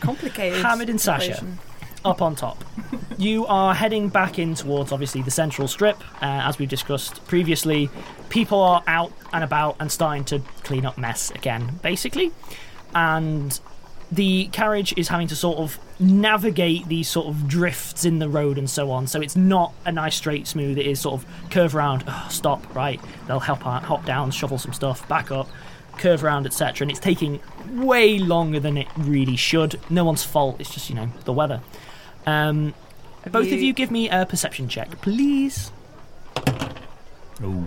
I: complicated.
D: Hamid and Sasha
I: situation.
D: up on top. You are heading back in towards obviously the central strip, uh, as we've discussed previously. People are out and about and starting to clean up mess again, basically. And the carriage is having to sort of navigate these sort of drifts in the road and so on. So it's not a nice straight smooth. It is sort of curve around, "Ugh, stop, right? They'll help out, hop down, shovel some stuff, back up, curve around, etc. And it's taking way longer than it really should. No one's fault. It's just you know the weather. Um, both of
I: you-
D: you give me a perception check, please.
F: Ooh.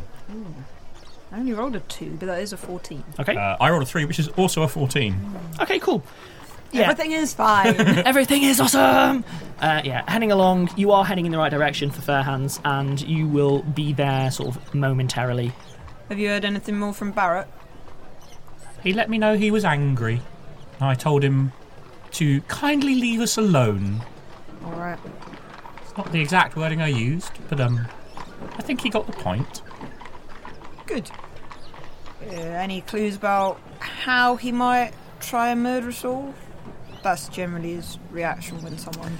F: I only rolled a two, but that is a fourteen.
D: Okay.
K: Uh, I rolled a three, which is also a fourteen.
D: Okay, cool.
F: Everything is fine.
D: Everything is awesome. Uh, yeah, heading along. You are heading in the right direction for Fair Hands, and you will be there sort of momentarily.
I: Have you heard anything more from Barrett?
K: He let me know he was angry. And I told him
E: to kindly leave us alone.
F: All right.
E: It's not the exact wording I used, but um, I think he got the point.
I: Good. Uh, any clues about how he might try and murder us all? That's generally his reaction when someone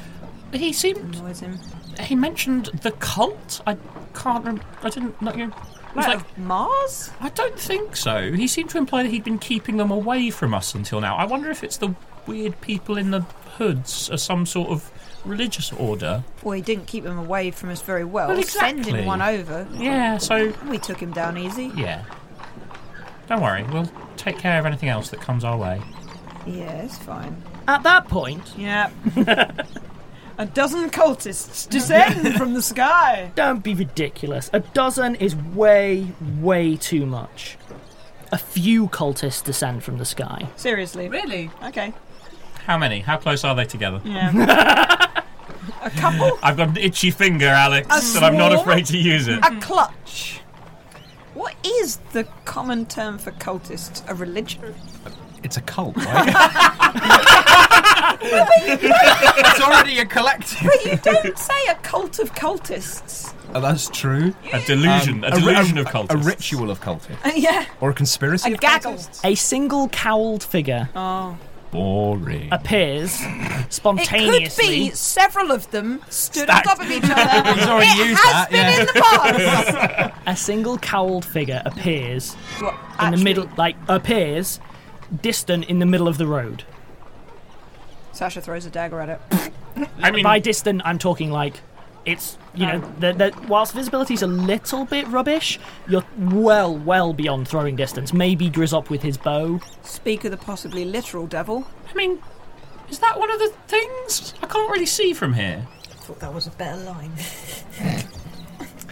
E: he seemed
I: annoys him.
E: He mentioned the cult. I can't. Rem- I didn't know. It was
I: Right,
E: like
I: of Mars.
E: I don't think so. He seemed to imply that he'd been keeping them away from us until now. I wonder if it's the weird people in the hoods are some sort of religious order.
I: Well, he didn't keep him away from us very well.
E: Well, exactly.
I: Sending one over.
E: Yeah, so
I: we took him down easy.
E: Yeah. Don't worry, we'll take care of anything else that comes our way.
I: Yeah, it's fine.
D: At that point,
I: yeah, a dozen cultists descend from the sky.
D: Don't be ridiculous. A dozen is way, way too much. A few cultists descend from the sky.
I: Seriously. Really? Okay.
E: How many? How close are they together?
I: Yeah. a couple.
E: I've got an itchy finger, Alex,
I: A
E: and I'm not
I: swarm?
E: afraid to use it.
I: A clutch. What is the common term for cultist? A religion?
J: It's a cult, right? it's already a collective.
I: But you don't say a cult of cultists.
J: Oh, that's true.
E: A delusion. a
J: ri-
E: delusion
J: a,
E: of
J: A
E: cultists.
J: ritual of cultists.
I: Uh, yeah.
J: Or a conspiracy
I: A
J: of
I: gaggle.
D: A single cowled figure
I: Oh.
J: Boring.
D: appears
I: It could
D: spontaneously.
I: be several of them stood on top of each other.
D: He's already
I: it
D: used
I: has
D: that,
I: been
D: yeah.
I: in the past.
D: a single cowled figure appears
I: What,
D: in the middle, like appears distant in the middle of the road.
I: Sasha throws a dagger at it.
D: I mean, by distant, I'm talking like it's you
I: Oh.
D: know that that whilst visibility's a little bit rubbish, you're well, well beyond throwing distance. Maybe Grizzop with his bow.
I: Speak of the possibly literal devil.
E: I mean, is that one of the things? I can't really see from here.
L: I thought that was a better line.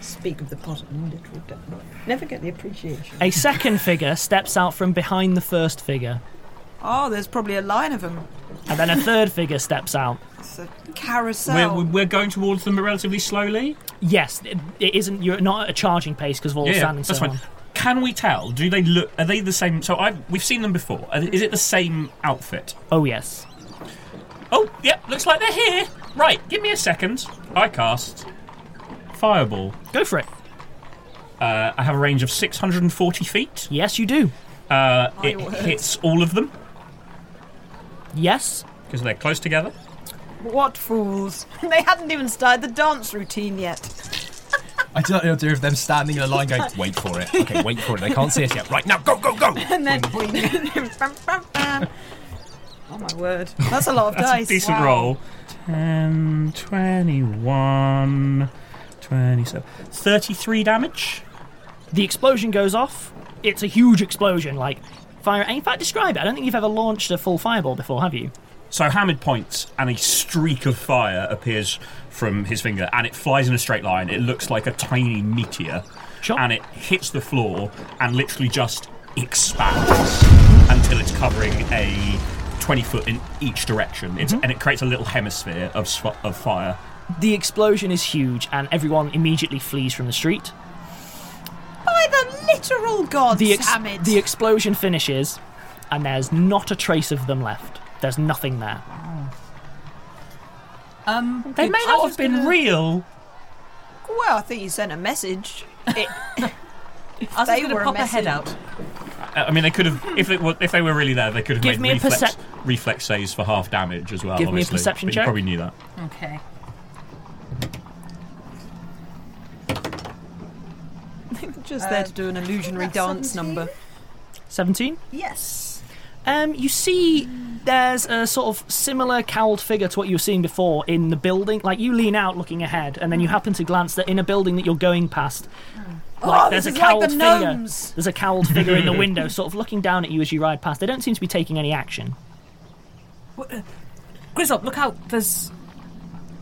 L: Speak of the possible literal devil. Never get the appreciation.
D: A second figure steps out from behind the first figure,
I: Oh, there's probably a line of them.
D: and then a third figure steps out.
I: It's a carousel.
E: We're, we're- we're going towards them relatively slowly.
D: Yes, it, it isn't. You're not at a charging pace because we're all
E: yeah,
D: standing
E: that's
D: so
E: fine.
D: long.
E: Can we tell? Do they look? Are they the same? So I've we've seen them before. Are- Is it the same outfit?
D: Oh yes.
E: Oh, yep. Looks like they're here. Right. Give me a second. I cast fireball.
D: Go for it.
E: Uh, I have a range of 640 feet.
D: Yes, you do.
E: Uh,
D: My
E: it
D: word.
E: hits all of them
D: Yes.
E: because they're close together.
I: What fools. They hadn't even started the dance routine yet.
J: I don't know if them standing in a line going, wait for it. Okay, wait for it. They can't see us yet. Right now, go, go,
E: Oh,
J: go.
I: And then. Bam, bam, bam. oh my word. That's a lot of
E: That's
I: dice.
E: a decent
I: Wow.
E: roll. 10, 21, 27, 33 damage.
D: The explosion goes off. It's a huge explosion, like fire. And in fact, describe it. I don't think you've ever launched a full fireball before, have you?
E: So Hamid points, and a streak of fire appears from his finger, and it flies in a straight line. It looks like a tiny meteor, and it hits the floor and literally just expands until it's covering a twenty foot in each direction. It's, And it creates a little hemisphere of sf- of fire.
D: Mm-hmm. The explosion is huge, and everyone immediately flees from the street.
I: By the literal gods,
D: The, ex-
I: Hamid.
D: the explosion finishes, and there's not a trace of them left. There's nothing there.
H: Um,
E: They may not have been real.
I: Well, I think you sent a message. It,
H: I was
I: They
H: going to
I: were a
H: pop her head
I: message.
H: out.
E: I I mean, they could have if they were if they were really there, they could have
D: Give
E: made
D: me a
E: reflex,
D: percep-
E: reflex saves for half damage as well.
D: Give me a
E: obviously.
D: perception
E: but
D: check.
E: You probably knew that.
H: Okay.
I: they were just there to do an illusionary dance number.
D: 17?
I: Yes.
D: Um, you see, there's a sort of similar cowled figure to what you were seeing before in the building. Like you lean out, looking ahead, and
I: Mm.
D: then you happen to glance that in a building that you're going past, like
I: Oh,
D: there's
I: this is
D: a
I: like
D: cowled
I: the
D: figure.
I: gnomes.
D: There's a cowled figure in the window, sort of looking down at you as you ride past. They don't seem to be taking any action.
H: Grizzop, look out! There's uh,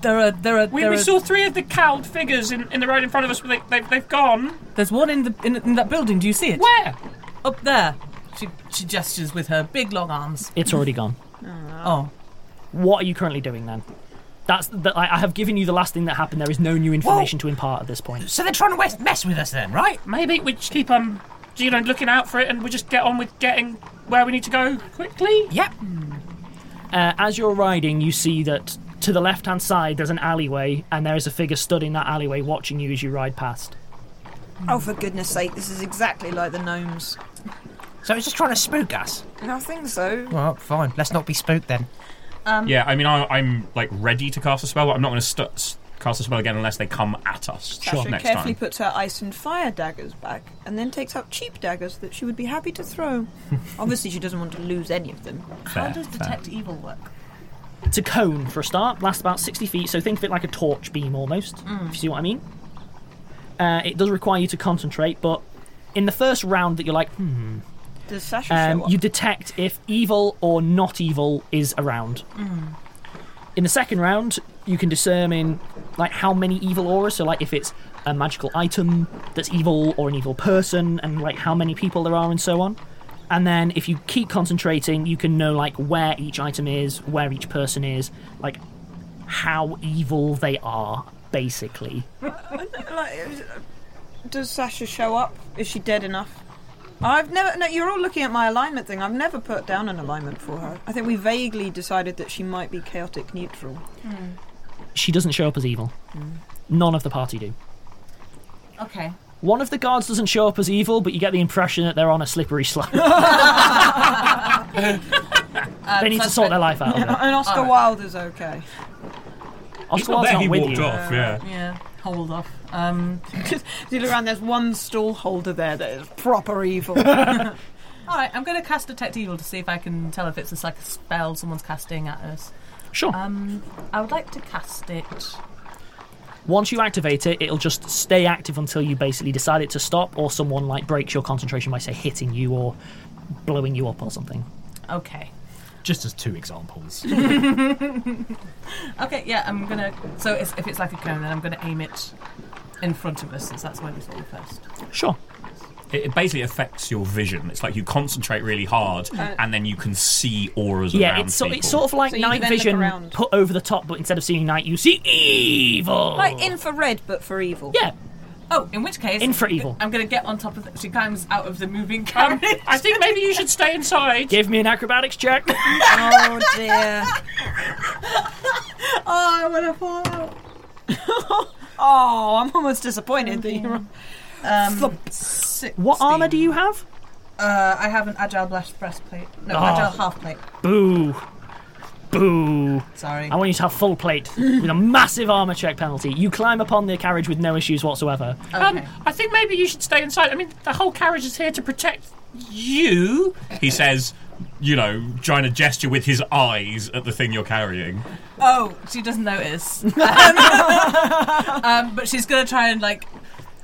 H: there are there are
E: We,
H: there
E: we
H: are-
E: saw three of the cowled figures in, in the road in front of us, but they, they've, they've gone.
H: there's one in the in, in that building. Do you see it?
E: Where?
H: Up there. She she gestures with her big long arms.
D: It's already gone.
H: Oh.
D: What are you currently doing then? That's the, I, I have given you the last thing that happened. There is no new information to impart at this point.
G: So they're trying to west- mess with us then, right?
E: Maybe we just keep um, you know, looking out for it, and we just get on with getting where we need to go quickly.
G: Yep.
D: Uh, as you're riding, you see that to the left hand side there's an alleyway, and there is a figure stood in that alleyway watching you as you ride past.
I: Oh, for goodness sake, this is exactly like the gnomes.
G: So it's just trying to spook us?
I: I think so.
G: Well, fine. Let's not be spooked then.
I: Um,
K: yeah, I mean, I, I'm like ready to cast a spell, but I'm not going to st- cast a spell again unless they come at us
I: Sasha
K: next
I: carefully
K: time.
I: puts her ice and fire daggers back and then takes out cheap daggers that she would be happy to throw. Obviously, she doesn't want to lose any of them.
K: Fair, does fair.
H: detect evil work?
D: It's a cone for a start, lasts about 60 feet, so think of it like a torch beam almost,
H: Mm.
D: if you see what I mean. Uh, it does require you to concentrate, but in the first round that you're like, hmm,
I: Does Sasha
D: um,
I: show up?
D: you detect if evil or not evil is around.
I: Mm.
D: In the second round, you can determine like how many evil auras, so like if it's a magical item that's evil or an evil person, and like how many people there are and so on. And then if you keep concentrating, you can know like where each item is, where each person is, like how evil they are, basically.
I: Like, uh, does Sasha show up? Is she dead enough? I've never. No, you're all looking at my alignment thing. I've never put down an alignment for her. I think we vaguely decided that she might be chaotic neutral.
D: She doesn't show up as evil. None of the party do.
H: Okay.
D: One of the guards doesn't show up as evil, but you get the impression that they're on a slippery slope.
H: Um,
D: they need to sort their life out. a bit.
I: and Oscar
H: Alright.
I: Wilde is okay.
D: Oscar Wilde's not with you.
H: Yeah. Hold off. Um,
I: you look around, there's one stall holder there that is proper evil.
H: All right, I'm going to cast Detect Evil to see if I can tell if it's just like a spell someone's casting at us.
D: Sure.
H: Um, I would like to cast it.
D: Once you activate it, it'll just stay active until you basically decide it to stop, or someone like breaks your concentration by say hitting you or blowing you up or something.
H: Okay.
C: Just as two examples.
H: okay, yeah, I'm gonna. So it's, if it's like a cone, then I'm gonna aim it in front of us, since that's where we saw you first.
D: Sure.
K: It, it basically affects your vision. It's like you concentrate really hard,
H: Uh,
K: and then you can see auras
D: yeah,
K: around
D: it's, so,
K: people.
D: it's sort of like
I: So you can
D: night
I: then look
D: vision
I: around.
D: put over the top, but instead of seeing night, you see evil.
I: Like infrared, but for evil.
D: Oh. Yeah.
H: Oh, in which case,
D: Infra evil.
H: I'm gonna get on top of. The, she climbs out of the moving carriage.
E: I think maybe you should stay inside.
D: Give me an acrobatics check.
I: oh dear.
H: oh, I want to fall out.
I: oh, I'm almost disappointed that you're.
H: Um,
D: what armor do you have?
H: Uh, I have an agile blast breastplate. No,
D: Oh.
H: agile half plate.
D: Boo. Boo.
H: Sorry.
D: I want you to have full plate with a massive armor check penalty. You climb upon the carriage with no issues whatsoever.
I: Oh.
E: Um, I think maybe you should stay inside. I mean, the whole carriage is here to protect you.
K: he says, you know, trying to gesture with his eyes at the thing you're carrying.
H: Oh, she doesn't notice. Um, um, but she's gonna try and like.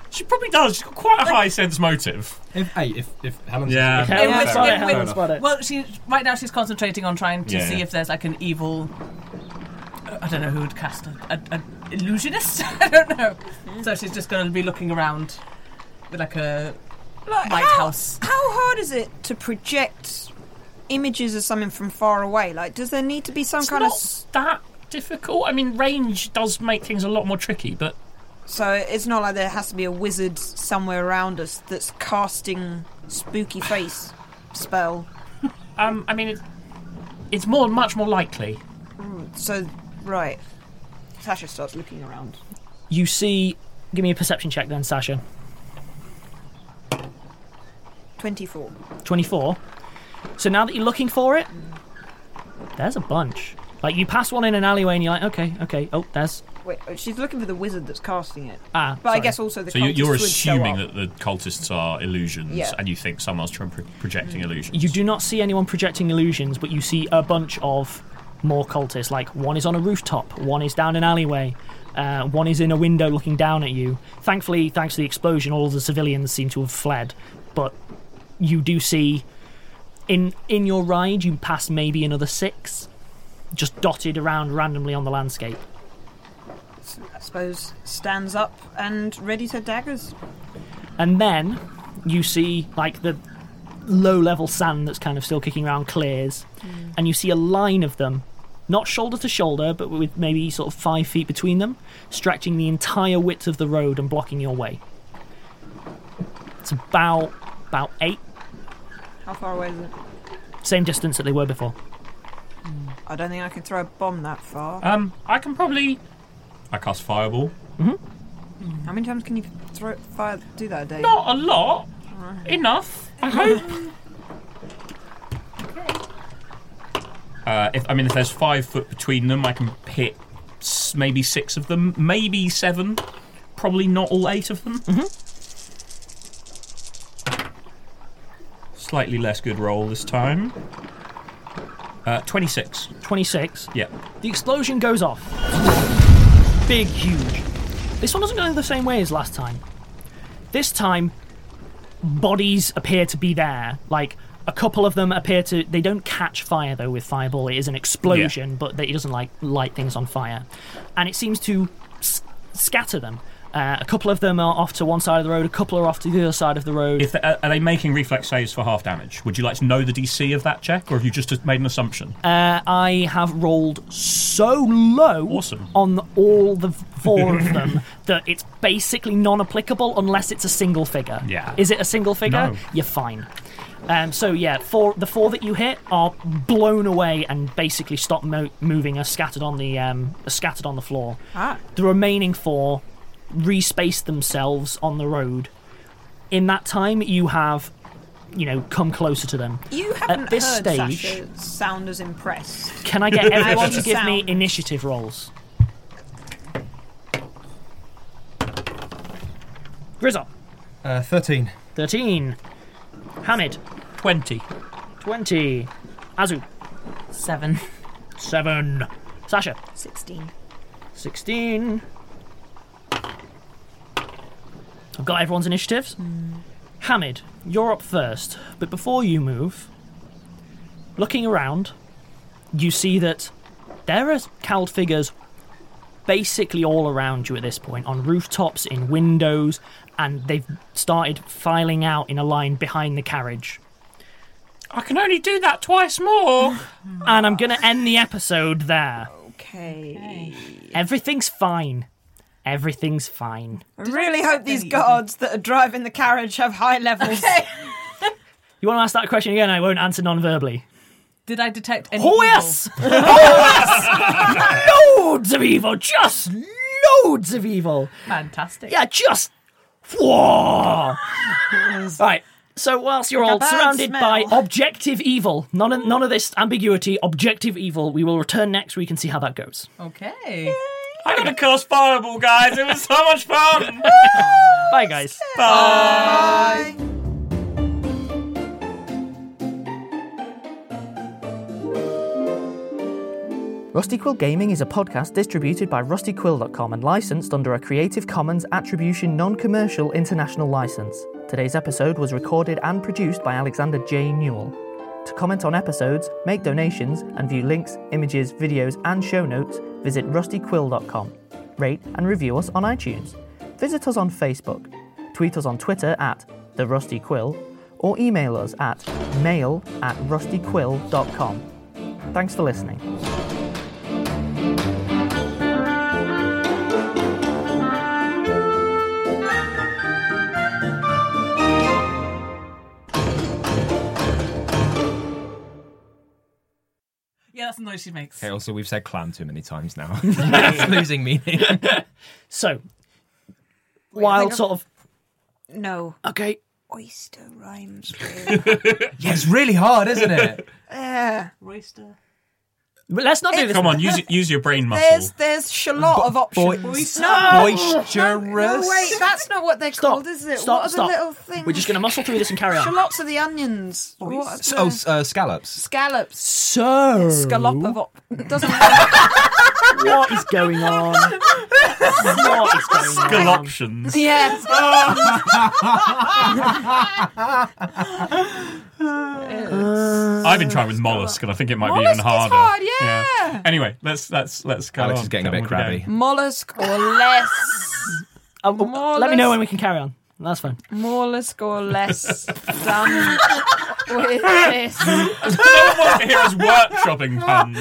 K: She probably does. She's got quite a high sense motive.
J: If hey, if if Helen's
K: yeah,
H: in which-
K: fair
H: in
K: enough.
H: which-
K: Fair enough.
H: Well, she right now she's concentrating on trying to
K: Yeah,
H: see
K: yeah.
H: if there's like an evil. uh, I don't know who would cast a, a, an illusionist. I don't know. So she's just going to be looking around with like a
I: Like, how-
H: lighthouse.
I: How, hard is it to project images of something from far away? Like, does there need to be some
E: It's
I: kind
E: not
I: of? s-
E: that difficult. I mean, range does make things a lot more tricky, but
I: So it's not like there has to be a wizard somewhere around us that's casting spooky face spell.
E: um, I mean, it, it's more, much more likely.
I: Mm, So right, Sasha starts looking around.
D: You see. Give me a perception check then, Sasha.
I: Twenty-four.
D: 24. So now that you're looking for it, there's a bunch. Like you pass one in an alleyway and you're like, okay, okay, oh, there's.
I: Wait, oh, she's looking for the wizard that's casting it.
D: Ah,
I: but I
D: sorry.
I: guess also the
K: So you,
I: cultists
K: you're
I: would show
K: assuming
I: up.
K: that the cultists are illusions,
I: Yeah. Mm.
K: and you think someone's trying pro- projecting illusions.
D: You do not see anyone projecting illusions, but you see a bunch of more cultists. Like one is on a rooftop, one is down an alleyway, uh, one is in a window looking down at you. Thankfully, thanks to the explosion, all the civilians seem to have fled, but you do see. In, in your ride, you pass maybe another six, just dotted around randomly on the landscape.
I: I suppose stands up and readies her daggers.
D: And then you see like the low level sand that's kind of still kicking around clears, and you see a line of them, not shoulder to shoulder, but with maybe sort of five feet between them, stretching the entire width of the road and blocking your way. It's about about eight,
I: How far away is it?
D: same distance that they were before.
I: I don't think I can throw a bomb that far.
E: Um, I can probably. I cast fireball.
I: How many times can you throw fire? Do that a day?
E: Not a lot. Enough. I hope. Uh, if I mean, if there's five foot between them, I can hit s- maybe six of them, maybe seven, probably not all eight of them. Slightly less good roll this time. Uh, Twenty-six.
D: Twenty-six.
E: Yeah.
D: The explosion goes off. Big, huge. This one doesn't go the same way as last time. This time, bodies appear to be there. Like, a couple of them appear to. They don't catch fire, though, with Fireball. It is an explosion, but it doesn't like light things on fire. And it seems to s- scatter them. Uh, a couple of them are off to one side of the road, a couple are off to the other side of the road.
E: If they, Uh, are are they making reflex saves for half damage? Would you like to know the DC of that check, or have you just made an assumption?
D: Uh, I have rolled so low on all the four of them that it's basically non-applicable unless it's a single figure.
E: Yeah.
D: Is it a single figure?
E: No.
D: You're fine. Um, so yeah, four, the four that you hit are blown away and basically stop mo- moving, are scattered on the um, are scattered on the floor.
I: Ah.
D: The remaining four respace themselves on the road. In that time, you have, you know, come closer to them.
I: You haven't
D: At this
I: heard
D: stage,
I: Sasha sound as impressed.
D: can I get everyone
I: want
D: to give me
I: sound.
D: initiative rolls? Grizzle.
J: Uh, 13.
D: 13. Hamid.
E: 20.
D: 20. Azu. 7. 7. Sasha.
I: 16.
D: 16. I've got everyone's initiatives. Hamid, you're up first, but before you move, looking around, you see that there are cowled figures basically all around you at this point on rooftops, in windows, and they've started filing out in a line behind the carriage.
E: I can only do that twice more.
D: And I'm going to end the episode there.
I: Okay.
D: Everything's fine. Everything's fine.
I: I really hope these guards that are driving the carriage have high levels.
D: You want to ask that question again? I won't answer non verbally.
H: Did I detect any?
D: Oh,
H: evil?
D: yes! Oh, yes! loads of evil! Just loads of evil!
H: Fantastic.
D: Yeah, just. Whoa! right. So whilst you're
H: Like a
D: all
H: bad
D: surrounded
H: smell.
D: by objective evil, none of, none of this ambiguity, objective evil, we will return next week and see how that goes.
H: Okay.
E: I got to cast fireball, guys. It was so much fun.
D: Bye, guys.
E: Bye.
N: Rusty Quill Gaming is a podcast distributed by rustyquill.com and licensed under a Creative Commons Attribution Non Commercial International License. Today's episode was recorded and produced by Alexander J. Newell. To comment on episodes, make donations, and view links, images, videos, and show notes, visit rustyquill.com. Rate and review us on iTunes. Visit us on Facebook. Tweet us on Twitter at The Rusty Quill or email us at mail at rustyquill.com. Thanks for listening.
H: Yeah, that's the noise she makes.
J: Okay, also, we've said clam too many times now. It's losing meaning.
D: So,
I: Wait, I
D: while
I: think
D: sort of.
I: no.
D: Okay.
I: Oyster rhymes
J: yeah, it's really hard, isn't it?
I: Yeah.
H: Royster.
D: But let's not
I: do this.
E: Come on, use use your brain muscle.
I: There's there's shallot of options.
J: boist-
I: no, no,
J: boisterous.
I: wait, that's not what they're called, is it?
D: Stop,
I: what are
D: stop.
I: the little things?
D: We're just going to muscle through this and carry on.
I: shallots are the onions. What are
J: oh,
I: the-
J: s- uh, scallops.
I: scallops.
D: So.
I: Scallop of op- doesn't
D: What is going on? What is going on?
E: Skill options.
I: Yes.
E: I've been trying with mollusk, and I think it might be even
I: Mollusk is
E: harder.
I: hard, yeah.
E: Anyway, let's let's let's go.
J: Alex
E: on.
J: is getting a
E: Don't
J: bit
E: wanna go.
J: crabby.
I: mollusk or less.
D: Oh, Let me know when we can carry on. That's fine.
I: Mollusk or less done with this.
E: I want to hear us workshopping puns.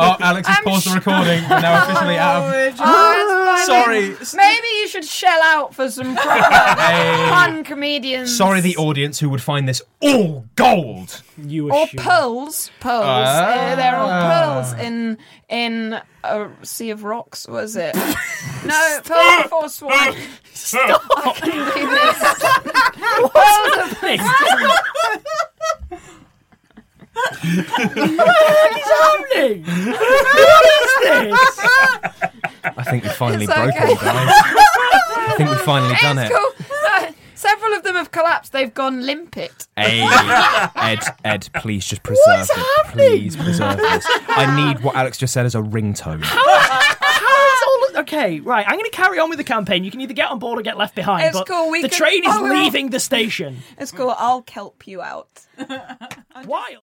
J: Oh, Alex has paused the recording. We're now officially out of.
D: Ah,
I: Oh, it's fine.
F: I
J: Sorry.
F: think Maybe you should shell out for some proper
J: Hey.
F: pun comedians.
J: Sorry, the audience who would find this all gold.
D: You
F: or pearls, pearls.
J: Ah.
F: Uh, there are pearls in in a sea of rocks. Was it? no, pearls before swine. Stop! I can do this. Pearls of
D: happening? What
J: I think we finally
F: It's
J: broke
F: okay.
J: it, guys. I think we finally done
F: It's
J: it.
F: cool. No, several of them have collapsed. They've gone limpet.
J: Hey, Ed, Ed, please just preserve
F: What's
J: it.
F: happening?
J: Please preserve this. I need what Alex just said as a ringtone.
D: How is all of- okay? Right, I'm going to carry on with the campaign. You can either get on board or get left behind.
I: It's
D: but
I: cool, we
D: the
I: can-
D: train is
I: Oh, well.
D: leaving the station.
I: It's cool. I'll kelp you out.
D: Wild.